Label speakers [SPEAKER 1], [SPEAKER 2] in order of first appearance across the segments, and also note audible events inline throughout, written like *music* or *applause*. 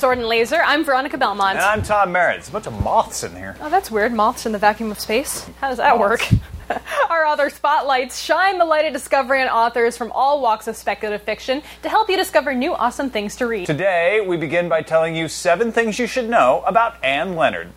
[SPEAKER 1] Jordan Laser. I'm Veronica Belmont.
[SPEAKER 2] And I'm Tom Merritt. There's a bunch of moths in here.
[SPEAKER 1] Oh, that's weird. Moths in the vacuum of space. How does that work? *laughs* Our author spotlights shine the light of discovery on authors from all walks of speculative fiction to help you discover new awesome things to read.
[SPEAKER 2] Today, we begin by telling you seven things you should know about Anne Leonard.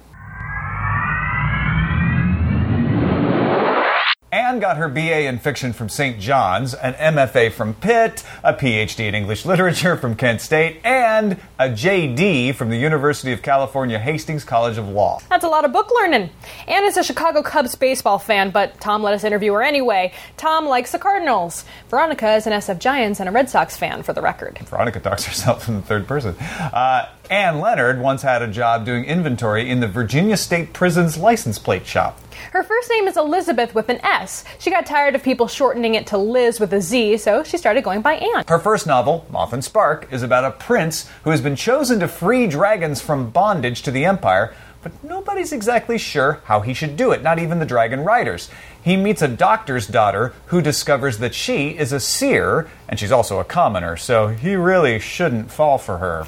[SPEAKER 2] Anne got her BA in fiction from St. John's, an MFA from Pitt, a PhD in English literature from Kent State, and a JD from the University of California Hastings College of Law.
[SPEAKER 1] That's a lot of book learning. Anne is a Chicago Cubs baseball fan, but Tom let us interview her anyway. Tom likes the Cardinals. Veronica is an SF Giants and a Red Sox fan, for the record.
[SPEAKER 2] Veronica talks herself in the third person. Uh, Anne Leonard once had a job doing inventory in the Virginia State Prison's license plate shop.
[SPEAKER 1] Her first name is Elizabeth with an S. She got tired of people shortening it to Liz with a Z, so she started going by Anne.
[SPEAKER 2] Her first novel, Moth and Spark, is about a prince who has been chosen to free dragons from bondage to the Empire, but nobody's exactly sure how he should do it, not even the dragon riders. He meets a doctor's daughter who discovers that she is a seer, and she's also a commoner, so he really shouldn't fall for her.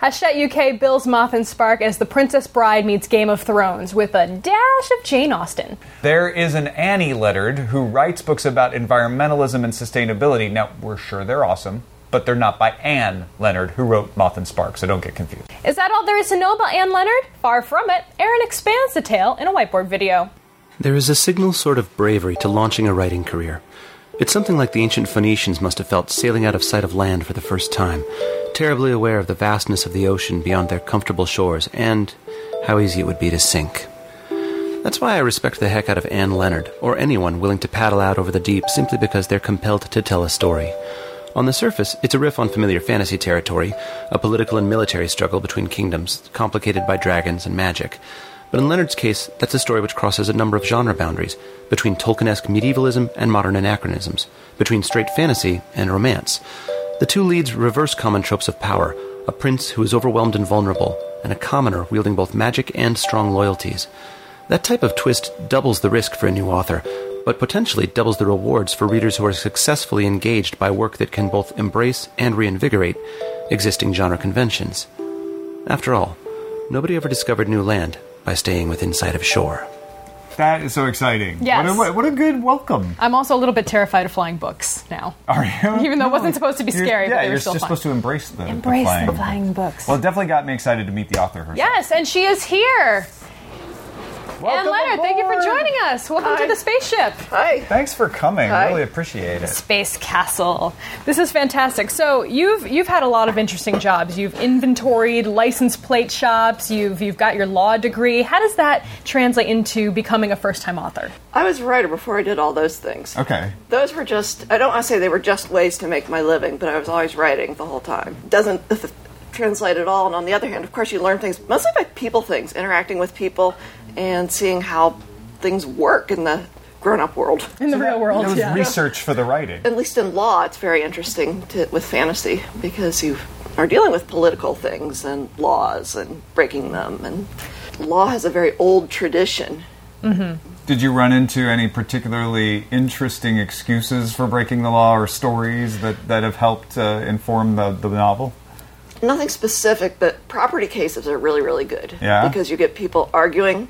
[SPEAKER 1] Hachette UK bills Moth and Spark as The Princess Bride meets Game of Thrones with a dash of Jane Austen.
[SPEAKER 2] There is an Annie Leonard who writes books about environmentalism and sustainability. Now, we're sure they're awesome, but they're not by Anne Leonard, who wrote Moth and Spark, so don't get confused.
[SPEAKER 1] Is that all there is to know about Anne Leonard? Far from it. Aaron expands the tale in a whiteboard video.
[SPEAKER 3] There is a signal sort of bravery to launching a writing career. It's something like the ancient Phoenicians must have felt sailing out of sight of land for the first time, terribly aware of the vastness of the ocean beyond their comfortable shores and how easy it would be to sink. That's why I respect the heck out of Anne Leonard, or anyone willing to paddle out over the deep simply because they're compelled to tell a story. On the surface, it's a riff on familiar fantasy territory, a political and military struggle between kingdoms, complicated by dragons and magic. But in Leonard's case, that's a story which crosses a number of genre boundaries, between Tolkien-esque medievalism and modern anachronisms, between straight fantasy and romance. The two leads reverse common tropes of power a prince who is overwhelmed and vulnerable, and a commoner wielding both magic and strong loyalties. That type of twist doubles the risk for a new author, but potentially doubles the rewards for readers who are successfully engaged by work that can both embrace and reinvigorate existing genre conventions. After all, nobody ever discovered new land by staying within sight of shore.
[SPEAKER 2] That is so exciting.
[SPEAKER 1] Yes.
[SPEAKER 2] What a, what a good welcome.
[SPEAKER 1] I'm also a little bit terrified of flying books now.
[SPEAKER 2] Are you?
[SPEAKER 1] *laughs* Even though it wasn't supposed to be
[SPEAKER 2] You're-
[SPEAKER 1] scary,
[SPEAKER 2] yeah,
[SPEAKER 1] but they were
[SPEAKER 2] you're
[SPEAKER 1] still
[SPEAKER 2] just
[SPEAKER 1] fun.
[SPEAKER 2] supposed to embrace the
[SPEAKER 1] Embrace
[SPEAKER 2] the flying.
[SPEAKER 1] the flying books.
[SPEAKER 2] Well, it definitely got me excited to meet the author herself.
[SPEAKER 1] Yes, and she is here. Anne
[SPEAKER 2] Welcome
[SPEAKER 1] Leonard, thank you for
[SPEAKER 2] aboard.
[SPEAKER 1] joining us. Welcome
[SPEAKER 4] Hi.
[SPEAKER 1] to the spaceship.
[SPEAKER 4] Hi.
[SPEAKER 2] Thanks for coming.
[SPEAKER 4] Hi.
[SPEAKER 2] Really appreciate it.
[SPEAKER 1] Space Castle. This is fantastic. So you've you've had a lot of interesting jobs. You've inventoried license plate shops. You've you've got your law degree. How does that translate into becoming a first time author?
[SPEAKER 4] I was a writer before I did all those things.
[SPEAKER 2] Okay.
[SPEAKER 4] Those were just, I don't want to say they were just ways to make my living, but I was always writing the whole time. Doesn't *laughs* translate at all. And on the other hand, of course, you learn things mostly by people things, interacting with people and seeing how things work in the grown up world.
[SPEAKER 1] In the real world,
[SPEAKER 2] It was
[SPEAKER 1] yeah.
[SPEAKER 2] *laughs* research for the writing.
[SPEAKER 4] At least in law, it's very interesting to, with fantasy because you are dealing with political things and laws and breaking them. And law has a very old tradition.
[SPEAKER 2] Did you run into any particularly interesting excuses for breaking the law or stories that, that have helped uh, inform the, the novel?
[SPEAKER 4] nothing specific, but property cases are really, really good.
[SPEAKER 2] Yeah?
[SPEAKER 4] Because you get people arguing,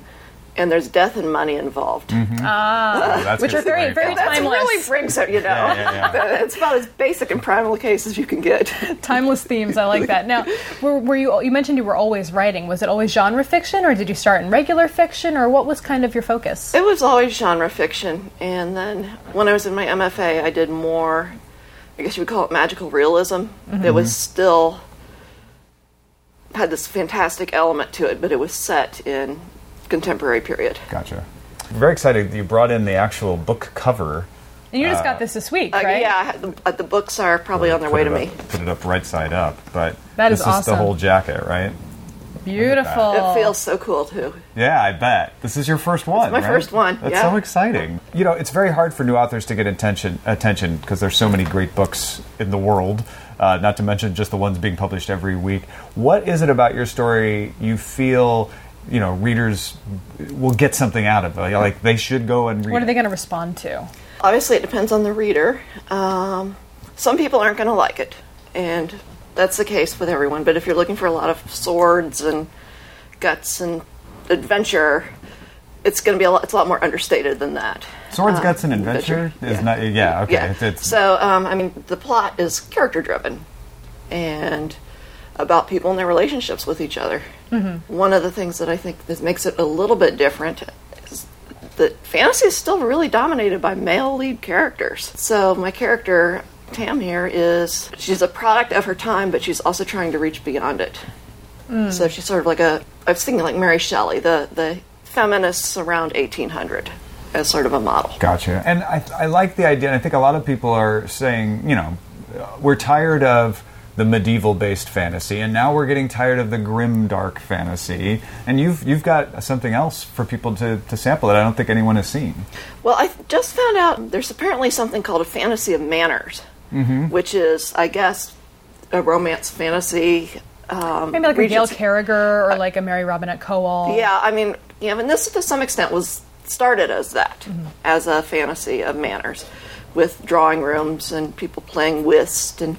[SPEAKER 4] and there's death and money involved.
[SPEAKER 2] Oh, that's
[SPEAKER 1] Which are
[SPEAKER 2] good
[SPEAKER 1] very
[SPEAKER 2] story.
[SPEAKER 1] very
[SPEAKER 4] That
[SPEAKER 1] timeless.
[SPEAKER 4] really brings it, you know. *laughs*
[SPEAKER 2] yeah,
[SPEAKER 4] it's about as basic and primal a case as you can get.
[SPEAKER 1] *laughs* timeless themes. I like that. Now, were, were you you mentioned you were always writing? Was it always genre fiction, or did you start in regular fiction, or what was kind of your focus?
[SPEAKER 4] It was always genre fiction, and then when I was in my MFA, I did more. I guess you would call it magical realism.
[SPEAKER 1] Mm-hmm.
[SPEAKER 4] It was still had this fantastic element to it, but it was set in contemporary period.
[SPEAKER 2] Gotcha. Very excited that you brought in the actual book cover.
[SPEAKER 1] And you just got this this week,
[SPEAKER 4] Uh,
[SPEAKER 1] right?
[SPEAKER 4] Yeah, I had the, uh, the books are probably on their way
[SPEAKER 2] Put
[SPEAKER 4] to
[SPEAKER 2] it
[SPEAKER 4] me.
[SPEAKER 2] up- Put it up right side up, but
[SPEAKER 1] That
[SPEAKER 2] this
[SPEAKER 1] is
[SPEAKER 2] is
[SPEAKER 1] awesome.
[SPEAKER 2] the whole jacket, right?
[SPEAKER 1] beautiful.
[SPEAKER 4] It feels so cool too.
[SPEAKER 2] Yeah, I bet. This is your first one.
[SPEAKER 4] my
[SPEAKER 2] right?
[SPEAKER 4] first one,
[SPEAKER 2] That's
[SPEAKER 4] yeah.
[SPEAKER 2] so exciting. You know, it's very hard for new authors to get attention attention because there's so many great books in the world. Uh, not to mention just the ones being published every week. What is it about your story you feel, you know, readers will get something out of it? Like they should go and read.
[SPEAKER 1] What are
[SPEAKER 2] it.
[SPEAKER 1] they going to respond to?
[SPEAKER 4] Obviously, it depends on the reader. Um, some people aren't going to like it, and that's the case with everyone. But if you're looking for a lot of swords and guts and adventure, it's going to be a lot. It's a lot more understated than that.
[SPEAKER 2] Swords,
[SPEAKER 4] Um,
[SPEAKER 2] guts, and adventure is not. Yeah, okay.
[SPEAKER 4] yeah.
[SPEAKER 2] It's, it's,
[SPEAKER 4] So, um, I mean, the plot is character driven and about people and their relationships with each other.
[SPEAKER 2] Mm-hmm.
[SPEAKER 4] One of the things that I think that makes it a little bit different is that fantasy is still really dominated by male lead characters. So, my character, Tam, here is she's a product of her time, but she's also trying to reach beyond it. So, she's sort of like a, I was thinking like Mary Shelley, the, the feminists around 1800 as sort of a model.
[SPEAKER 2] Gotcha. And I, I like the idea, and I think a lot of people are saying, you know, uh, we're tired of the medieval-based fantasy, and now we're getting tired of the grim, dark fantasy. And you've you've got something else for people to, to sample that I don't think anyone has seen.
[SPEAKER 4] Well, I just found out there's apparently something called a fantasy of manners, which is, I guess, a romance fantasy. Um,
[SPEAKER 1] Maybe like a Gail
[SPEAKER 4] Regent's-
[SPEAKER 1] Carriger or like a Mary Robinette Coal.
[SPEAKER 4] Yeah, I mean, you know, and this to some extent was started as that, as a fantasy of manners, with drawing rooms and people playing whist, and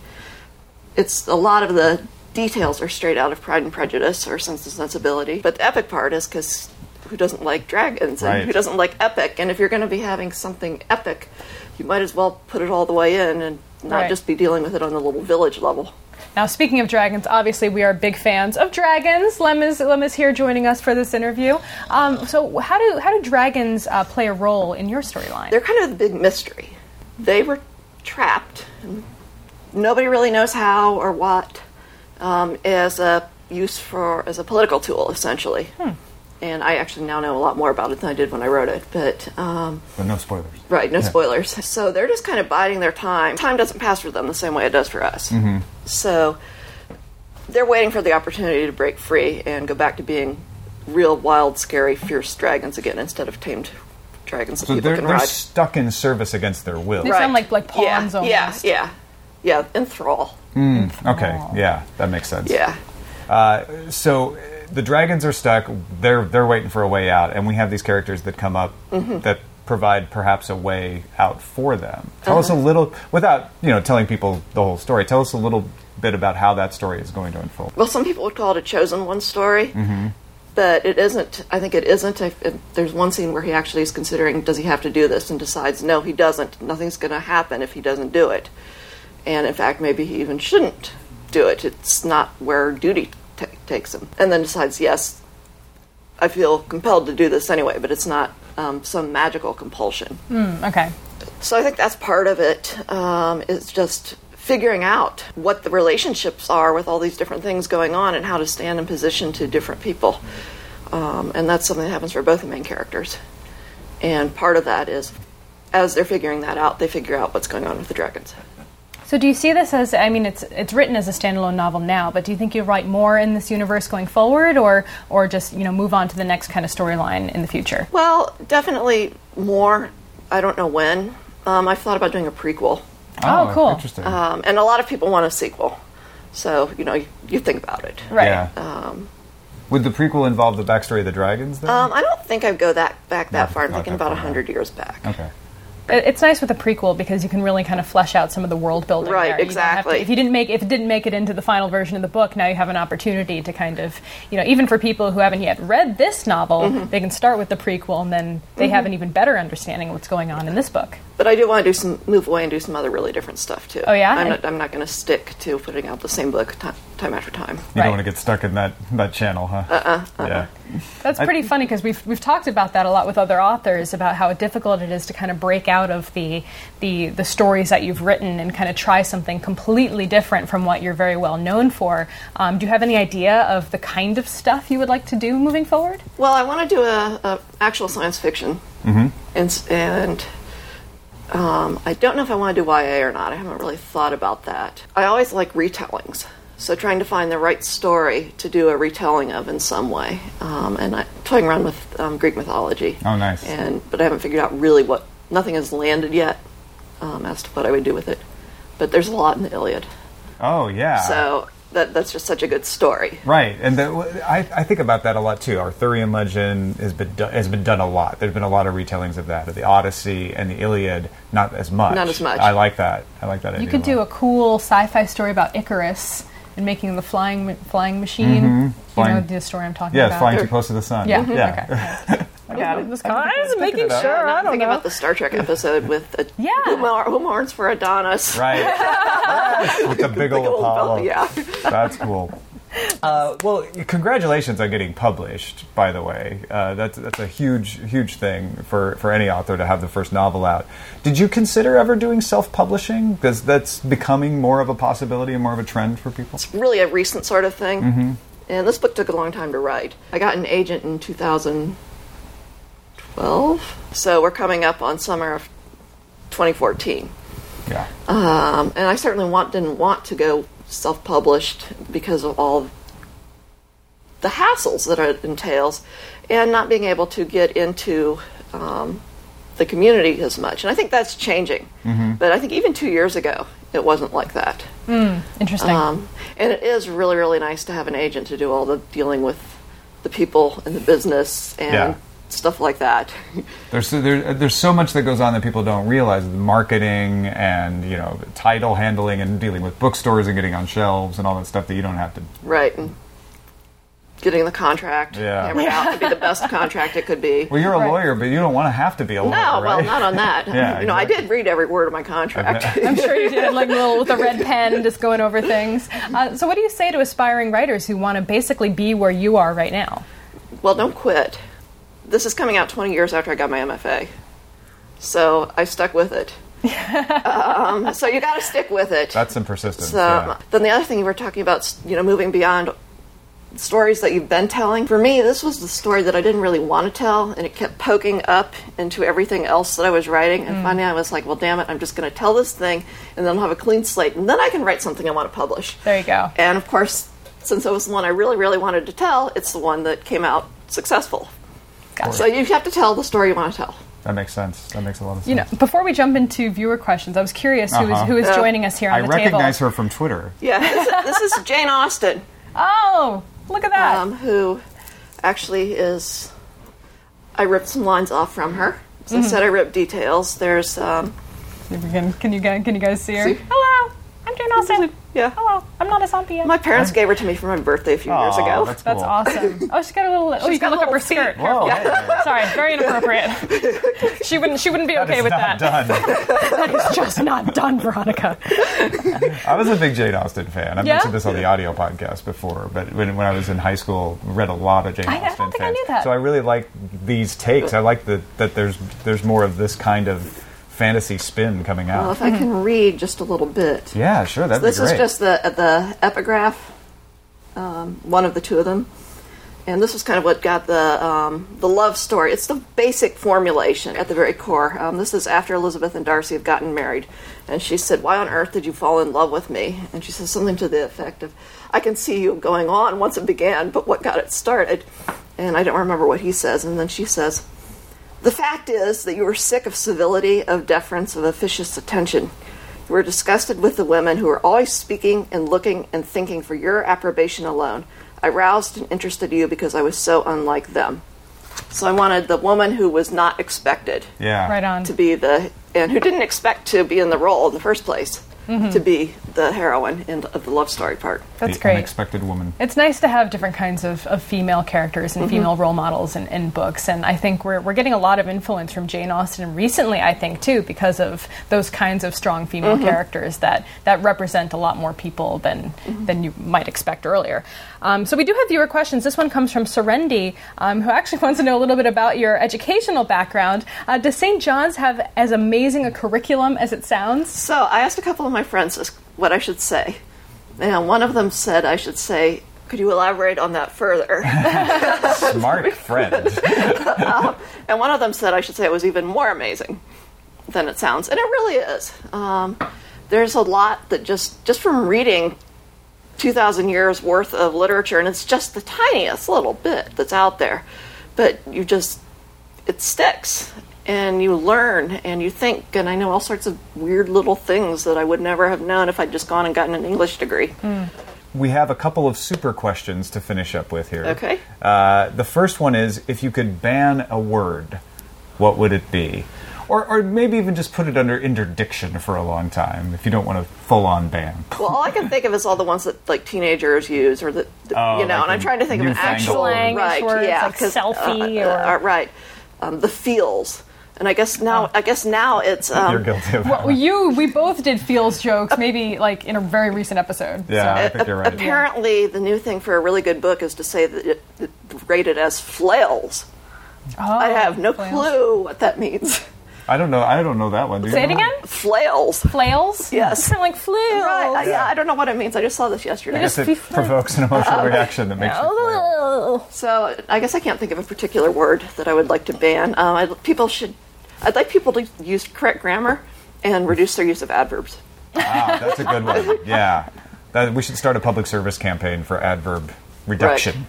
[SPEAKER 4] it's a lot of the details are straight out of Pride and Prejudice or Sense and Sensibility. But the epic part is because who doesn't like dragons and
[SPEAKER 2] Right.
[SPEAKER 4] who doesn't like epic? And if you're going to be having something epic, you might as well put it all the way in and not
[SPEAKER 1] Right.
[SPEAKER 4] just be dealing with it on the little village level.
[SPEAKER 1] Now, speaking of dragons, obviously we are big fans of dragons. Lem is, Lem is here joining us for this interview. Um, so, how do how do dragons uh, play a role in your storyline?
[SPEAKER 4] they're kind of the big mystery. They were trapped. Nobody really knows how or what um, as a use for as a political tool, essentially. And I actually now know a lot more about it than I did when I wrote it. But um,
[SPEAKER 2] But no spoilers.
[SPEAKER 4] right, no
[SPEAKER 2] Yeah.
[SPEAKER 4] spoilers. So they're just kind of biding their time. Time doesn't pass for them the same way it does for us.
[SPEAKER 2] Mm-hmm.
[SPEAKER 4] So they're waiting for the opportunity to break free and go back to being real, wild, scary, fierce dragons again instead of tamed dragons that
[SPEAKER 2] So
[SPEAKER 4] people
[SPEAKER 2] they're,
[SPEAKER 4] can
[SPEAKER 2] they're
[SPEAKER 4] ride.
[SPEAKER 2] stuck in service against their will.
[SPEAKER 1] They sound like- like pawns
[SPEAKER 4] yeah,
[SPEAKER 1] almost.
[SPEAKER 4] Yeah, yeah, yeah. Enthrall.
[SPEAKER 2] Okay, yeah, that makes sense.
[SPEAKER 4] Yeah,
[SPEAKER 2] Uh, so uh, the dragons are stuck. They're they're waiting for a way out, and we have these characters that come up
[SPEAKER 1] Mm-hmm.
[SPEAKER 2] that provide perhaps a way out for them. Tell us
[SPEAKER 1] Uh-huh.
[SPEAKER 2] a little, without you know telling people the whole story. Tell us a little bit about how that story is going to unfold.
[SPEAKER 4] Well, some people would call it a chosen one story, but it isn't. I think it isn't. I, it- there's one scene where he actually is considering does he have to do this and decides no, he doesn't. Nothing's going to happen if he doesn't do it. And in fact, maybe he even shouldn't do it. It's not where duty ta takes him. And then decides, yes, I feel compelled to do this anyway, but it's not um, some magical compulsion.
[SPEAKER 1] okay,
[SPEAKER 4] So I think that's part of it. Um, is just figuring out what the relationships are with all these different things going on and how to stand in position to different people. Um, and that's something that happens for both the main characters. And part of that is, as they're figuring that out, they figure out what's going on with the dragons.
[SPEAKER 1] so do you see this as? I mean, it's it's written as a standalone novel now, but do you think you'll write more in this universe going forward, or or just you know move on to the next kind of storyline in the future?
[SPEAKER 4] Well, definitely more. I don't know when. Um, I've thought about doing a prequel,
[SPEAKER 1] Oh, cool.
[SPEAKER 2] Interesting.
[SPEAKER 4] um, and a lot of people want a sequel. So you know, you, you think about it.
[SPEAKER 1] Right. Um,
[SPEAKER 2] Yeah. Would the prequel involve the backstory of the dragons? Then?
[SPEAKER 4] Um, I don't think I'd go that back that
[SPEAKER 2] Not-
[SPEAKER 4] far. I'm
[SPEAKER 2] not
[SPEAKER 4] thinking
[SPEAKER 2] that
[SPEAKER 4] about
[SPEAKER 2] far, no.
[SPEAKER 4] hundred years back.
[SPEAKER 2] okay.
[SPEAKER 1] It- It's nice with a prequel because you can really kind of flesh out some of the world building.
[SPEAKER 4] Right,
[SPEAKER 1] there. You don't have to-
[SPEAKER 4] exactly.
[SPEAKER 1] if you didn't make if it didn't make it into the final version of the book, now you have an opportunity to kind of you know even for people who haven't yet read this novel,
[SPEAKER 4] Mm-hmm.
[SPEAKER 1] they can start with the prequel and then they have an even better understanding of what's going on in this book.
[SPEAKER 4] But I do want to do some move away and do some other really different stuff too.
[SPEAKER 1] Oh, yeah?
[SPEAKER 4] I'm not, I'm not going to stick to putting out the same book time, time after time.
[SPEAKER 2] You
[SPEAKER 1] Right.
[SPEAKER 2] don't want to get stuck in that that channel, huh? Uh-uh, Yeah.
[SPEAKER 1] That's pretty funny because we've we've talked about that a lot with other authors about how difficult it is to kind of break out of the the the stories that you've written and kind of try something completely different from what you're very well known for. Um, do you have any idea of the kind of stuff you would like to do moving forward?
[SPEAKER 4] Well, I want to do a, a actual science fiction,
[SPEAKER 2] Mm-hmm.
[SPEAKER 4] and, s- and um, I don't know if I want to do YA or not. I haven't really thought about that. I always like retellings, so trying to find the right story to do a retelling of in some way, um, and I, toying around with um, Greek mythology.
[SPEAKER 2] Oh, nice.
[SPEAKER 4] And but I haven't figured out really what nothing has landed yet um, as to what I would do with it. But there's a lot in the Iliad,
[SPEAKER 2] Oh yeah.
[SPEAKER 4] so that that's just such a good story.
[SPEAKER 2] Right, and that, I, I think about that a lot too. Arthurian legend has been do, has been done a lot. There's been a lot of retellings of that, of the Odyssey and the Iliad. Not as much.
[SPEAKER 4] Not as much.
[SPEAKER 2] I like that. I like that idea.
[SPEAKER 1] You could do a cool sci-fi story about Icarus and making the flying ma- flying machine. You know
[SPEAKER 2] Mm-hmm. Flying-
[SPEAKER 1] the story I'm talking
[SPEAKER 2] Yeah,
[SPEAKER 1] about.
[SPEAKER 2] flying too close to the sun.
[SPEAKER 1] Yeah.
[SPEAKER 2] *laughs* Yeah.
[SPEAKER 1] Okay. I
[SPEAKER 4] Got
[SPEAKER 1] don't
[SPEAKER 4] it.
[SPEAKER 1] know. This con- I was making
[SPEAKER 2] it up.
[SPEAKER 1] sure. I
[SPEAKER 4] I'm
[SPEAKER 1] don't
[SPEAKER 4] thinking
[SPEAKER 1] know.
[SPEAKER 4] about the Star Trek episode with a
[SPEAKER 1] Yeah.
[SPEAKER 4] Umar, Umar's for Adonis. *laughs*
[SPEAKER 2] Right. *laughs* Yes, With the big
[SPEAKER 4] Big
[SPEAKER 2] old
[SPEAKER 4] old
[SPEAKER 2] Apollo.
[SPEAKER 4] bell- yeah.
[SPEAKER 2] That's cool. *laughs* Uh, well, congratulations on getting published. By the way, uh, that's that's a huge huge thing for, for any author to have the first novel out. Did you consider ever doing self publishing? Because that's becoming more of a possibility and more of a trend for people.
[SPEAKER 4] Really a recent sort of thing.
[SPEAKER 2] Mm-hmm.
[SPEAKER 4] And this book took a long time to write. I got an agent in 2012. So we're coming up on summer of 2014.
[SPEAKER 2] Yeah.
[SPEAKER 4] Um, and I certainly want, didn't want to go self published because of all the hassles that it entails and not being able to get into um, the community as much. And I think that's changing.
[SPEAKER 2] Mm-hmm.
[SPEAKER 4] But I think even two years ago, it wasn't like that.
[SPEAKER 1] Interesting.
[SPEAKER 4] Um, and it is really, really nice to have an agent to do all the dealing with the people and the business and
[SPEAKER 2] Yeah.
[SPEAKER 4] stuff like that. *laughs*
[SPEAKER 2] There's so, there, there's so much that goes on that people don't realize the marketing and you know title handling and dealing with bookstores and getting on shelves and all that stuff that you don't have to.
[SPEAKER 4] right. And getting the contract
[SPEAKER 2] Yeah.
[SPEAKER 4] hammered out to be the best contract it could be.
[SPEAKER 2] Well, you're a lawyer, but you don't want to have to be a lawyer.
[SPEAKER 4] No, Oh, well,
[SPEAKER 2] right?
[SPEAKER 4] not on
[SPEAKER 2] *laughs*
[SPEAKER 4] that.
[SPEAKER 2] Yeah,
[SPEAKER 4] you know, I
[SPEAKER 2] exactly.
[SPEAKER 4] did read every word of my
[SPEAKER 2] *laughs*
[SPEAKER 4] contract.
[SPEAKER 1] I'm sure you did, like little with a red pen, just going over things. Uh, so, what do you say to aspiring writers who want to basically be where you are right now?
[SPEAKER 4] *laughs* well, don't quit. This is coming out 20 years after I got my MFA, so I stuck with it.
[SPEAKER 2] *laughs*
[SPEAKER 4] um, so you got to stick with it.
[SPEAKER 2] That's some persistence.
[SPEAKER 4] So
[SPEAKER 2] yeah.
[SPEAKER 4] then the other thing you were talking about, s- you know, moving beyond stories that you've been telling. For me, this was the story that I didn't really want to tell, and it kept poking up into everything else that I was writing.
[SPEAKER 1] Mm.
[SPEAKER 4] And finally, I was like, well, damn it, I'm just going to tell this thing, and then I'll have a clean slate, and then I can write something I want to publish.
[SPEAKER 1] There you go.
[SPEAKER 4] And of course, since it was the one I really, really wanted to tell, it's the one that came out successful. So you have to tell the story you want to tell.
[SPEAKER 2] That makes sense. That makes a lot of sense.
[SPEAKER 1] You know, before we jump into viewer questions, I was curious who is
[SPEAKER 2] Uh-huh.
[SPEAKER 1] who is
[SPEAKER 4] Yeah.
[SPEAKER 1] joining us here on
[SPEAKER 2] I
[SPEAKER 1] the
[SPEAKER 2] recognize
[SPEAKER 1] table.
[SPEAKER 2] her from Twitter.
[SPEAKER 4] Yeah, this, this is Jane Austen,
[SPEAKER 1] Oh, look at that!
[SPEAKER 4] um, who actually is. I ripped some lines off from her.
[SPEAKER 2] Mm-hmm.
[SPEAKER 4] So I said I ripped details. There's, um,
[SPEAKER 1] If you can, can you guys can you guys see her?
[SPEAKER 4] See?
[SPEAKER 1] Hello, I'm Jane Austen.
[SPEAKER 4] Yeah.
[SPEAKER 1] Hello, I'm not a zombie yet.
[SPEAKER 4] my parents gave her to me for my birthday a few years
[SPEAKER 2] Aw,
[SPEAKER 4] ago.
[SPEAKER 2] Ah, that's
[SPEAKER 1] That's
[SPEAKER 2] cool. *laughs*
[SPEAKER 1] awesome. Oh, she's got a little. oh, you
[SPEAKER 4] got
[SPEAKER 1] can look up her
[SPEAKER 4] little feet.
[SPEAKER 1] skirt.
[SPEAKER 2] Whoa, hey,
[SPEAKER 1] Sorry, very inappropriate.
[SPEAKER 4] *laughs*
[SPEAKER 1] she wouldn't. She wouldn't be
[SPEAKER 2] that
[SPEAKER 1] okay
[SPEAKER 2] is
[SPEAKER 1] with
[SPEAKER 2] not
[SPEAKER 1] that.
[SPEAKER 2] done.
[SPEAKER 1] *laughs* That is just not done, Veronica.
[SPEAKER 2] I was a big Jane Austen fan. I
[SPEAKER 1] Yeah?
[SPEAKER 2] mentioned this on the audio podcast before, but when, when I was in high school, read a lot of Jane
[SPEAKER 1] I don't
[SPEAKER 2] Austen
[SPEAKER 1] think I
[SPEAKER 2] fans.
[SPEAKER 1] knew that.
[SPEAKER 2] So I really like these takes. I like that that there's there's more of this kind of fantasy spin coming
[SPEAKER 4] Well,
[SPEAKER 2] out.
[SPEAKER 4] if I can read just a little bit.
[SPEAKER 2] Yeah, sure, that'd
[SPEAKER 4] This
[SPEAKER 2] be great.
[SPEAKER 4] is just the uh, the epigraph, um, one of the two of them, and this was kind of what got the um, the love story. It's the basic formulation at the very core. Um, this is after Elizabeth and Darcy have gotten married, and she said, "Why on earth did you fall in love with me?" And she says something to the effect of, "I can see you going on once it began, but what got it started?" And I don't remember what he says, and then she says. The fact is that you were sick of civility, of deference, of officious attention. You were disgusted with the women who were always speaking and looking and thinking for your approbation alone. I roused and interested you because I was so unlike them. So I wanted the woman who was not expected
[SPEAKER 2] yeah,
[SPEAKER 1] Right on.
[SPEAKER 4] to be the and who didn't expect to be in the role in the first place to be the heroine in, of the love story part.
[SPEAKER 1] Mm-hmm. That's
[SPEAKER 2] the
[SPEAKER 1] great.
[SPEAKER 2] Unexpected
[SPEAKER 1] *laughs*
[SPEAKER 2] woman.
[SPEAKER 1] It's nice to have different kinds of, of female characters and female role models in, in books, and I think we're, we're getting a lot of influence from Jane Austen recently, I think, too, because of those kinds of strong female characters that, that represent a lot more people than, than you might expect earlier. Um, so we do have viewer questions. This one comes from Serendi, um, who actually *laughs* wants to know a little bit about your educational background. Uh, does St. John's have as amazing a curriculum as it sounds?
[SPEAKER 4] So I asked a couple of my friends this- what I should say. And one of them said I should say, could you elaborate on that further?
[SPEAKER 2] Smart
[SPEAKER 1] *laughs*
[SPEAKER 2] friend.
[SPEAKER 4] and one of them said I should say it was even more amazing than it sounds. And it really is. Um, there's a lot that just, just from reading 2,000 years worth of literature, and it's just the tiniest little bit that's out there, but you just, it sticks. And you learn and you think, and I know all sorts of weird little things that I would never have known if I'd just gone and gotten an English degree.
[SPEAKER 2] We have a couple of super questions to finish up with here.
[SPEAKER 4] Okay.
[SPEAKER 2] Uh, the first one is if you could ban a word, what would it be? or, or maybe even just put it under interdiction for a long time if you don't want a full on ban.
[SPEAKER 4] Well, all I can think of is all the ones that like teenagers use, or that that-
[SPEAKER 2] Oh,
[SPEAKER 4] you know.
[SPEAKER 2] like
[SPEAKER 4] and I'm
[SPEAKER 2] the
[SPEAKER 4] trying to think of an
[SPEAKER 2] newfangled-
[SPEAKER 4] actual
[SPEAKER 1] Slang
[SPEAKER 4] right,
[SPEAKER 1] words,
[SPEAKER 4] yeah,
[SPEAKER 1] like
[SPEAKER 4] 'cause,
[SPEAKER 1] selfie
[SPEAKER 4] uh,
[SPEAKER 1] or-
[SPEAKER 4] uh, right, um, the feels. And I guess
[SPEAKER 1] Oh.
[SPEAKER 4] now, I guess now it's um,
[SPEAKER 2] You're guilty of that. *laughs*
[SPEAKER 1] Well, you, we both did feels jokes, maybe like in a very recent episode.
[SPEAKER 2] Yeah. I
[SPEAKER 1] So.
[SPEAKER 2] think
[SPEAKER 4] a-
[SPEAKER 2] you're right.
[SPEAKER 4] Apparently, the new thing for a really good book is to say that it, it rated as flails. I have no
[SPEAKER 1] Oh, flails.
[SPEAKER 4] clue what that means. *laughs*
[SPEAKER 2] I don't know. I don't know that one. Do you
[SPEAKER 1] Say it
[SPEAKER 2] know?
[SPEAKER 1] again?
[SPEAKER 4] flails.
[SPEAKER 1] Flails?
[SPEAKER 4] Yes.
[SPEAKER 1] Kind of like flails.
[SPEAKER 4] Right. I, yeah, I don't know what it means. I just saw this yesterday.
[SPEAKER 2] I guess it
[SPEAKER 1] Just be-
[SPEAKER 2] provokes an
[SPEAKER 1] *laughs*
[SPEAKER 2] emotional reaction that makes you flail.
[SPEAKER 1] Oh.
[SPEAKER 4] So I guess I can't think of a particular word that I would like to ban. Um, I, people should. I'd like people to use correct grammar and reduce their use of adverbs.
[SPEAKER 2] Ah, that's a good one. Yeah. That, we should start a public service campaign for adverb reduction.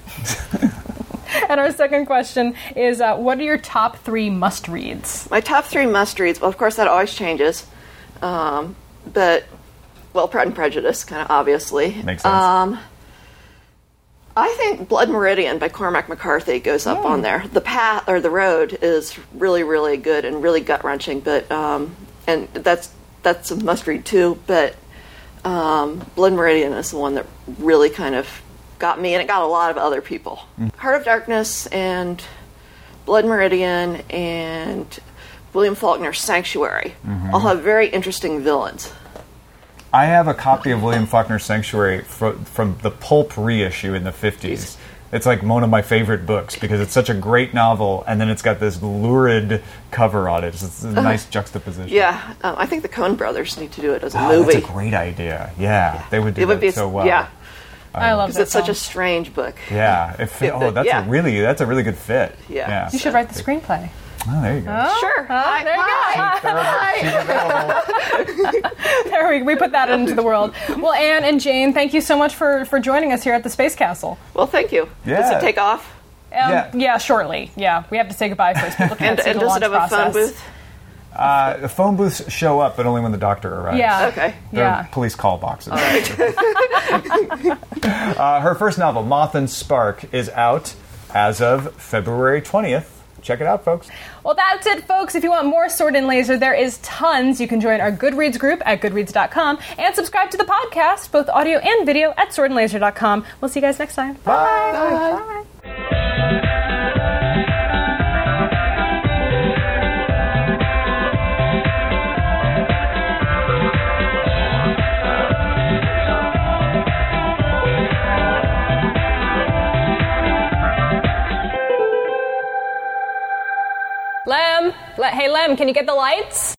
[SPEAKER 1] And our second question is uh, what are your top three must reads?
[SPEAKER 4] My top three must reads. Well, of course that always changes, um, but well, Pride and Prejudice, kind of obviously.
[SPEAKER 2] Makes sense.
[SPEAKER 4] Um, I think Blood Meridian by Cormac McCarthy goes up
[SPEAKER 2] Hmm.
[SPEAKER 4] on there. The path or the road is really, really good and really gut wrenching, but um, and that's that's a must read too. But um, Blood Meridian is the one that really kind of got me, and it got a lot of other people.
[SPEAKER 2] Hmm.
[SPEAKER 4] Heart of Darkness and Blood Meridian and William Faulkner's Sanctuary
[SPEAKER 2] Mm-hmm.
[SPEAKER 4] all have very interesting villains.
[SPEAKER 2] I have a copy of William Faulkner's Sanctuary fro- from the pulp reissue in the 50s. It's like one of my favorite books because it's such a great novel, and then it's got this lurid cover on it. It's a nice juxtaposition.
[SPEAKER 4] Uh-huh. Yeah, um, I think the Coen brothers need to do it as a
[SPEAKER 2] Oh,
[SPEAKER 4] movie.
[SPEAKER 2] That's a great idea. Yeah, they would do
[SPEAKER 4] It would
[SPEAKER 2] that
[SPEAKER 4] be-
[SPEAKER 2] so well.
[SPEAKER 4] yeah.
[SPEAKER 1] I love
[SPEAKER 4] Because
[SPEAKER 1] that
[SPEAKER 4] it's such
[SPEAKER 1] song.
[SPEAKER 4] a strange book. *laughs*
[SPEAKER 2] Yeah, it fit, oh, that's
[SPEAKER 4] Yeah.
[SPEAKER 2] a really that's a really good fit.
[SPEAKER 4] Yeah. *laughs*
[SPEAKER 1] You should write the screenplay.
[SPEAKER 2] Oh, there you go.
[SPEAKER 4] Sure.
[SPEAKER 1] Ah, there you go.
[SPEAKER 2] She's available.
[SPEAKER 1] *laughs* There we, we put
[SPEAKER 4] *laughs*
[SPEAKER 1] that into the world. Well, Anne and Jane, thank you so much for, for joining us here at the Space Castle.
[SPEAKER 4] Well, thank you. Does
[SPEAKER 2] Yeah.
[SPEAKER 4] it take off?
[SPEAKER 1] Um,
[SPEAKER 2] Yeah.
[SPEAKER 1] shortly. Yeah, we have to say goodbye first. People can't
[SPEAKER 4] And,
[SPEAKER 1] see
[SPEAKER 4] and
[SPEAKER 1] the
[SPEAKER 4] does it
[SPEAKER 1] launch
[SPEAKER 4] have a phone
[SPEAKER 1] process.
[SPEAKER 4] booth?
[SPEAKER 2] Uh, the phone booths show up, but only when the doctor arrives.
[SPEAKER 1] Yeah.
[SPEAKER 4] Okay.
[SPEAKER 2] They're
[SPEAKER 1] Yeah.
[SPEAKER 2] police call boxes. *laughs* uh, her first novel, Moth and Spark, is out as of February 20th. Check it out, folks.
[SPEAKER 1] Well, that's it, folks. If you want more Sword and Laser, there is tons. You can join our Goodreads group at goodreads.com and subscribe to the podcast, both audio and video, at swordandlaser.com. We'll see you guys next time. Bye. Bye. Lem, le- hey Lem, can you get the lights?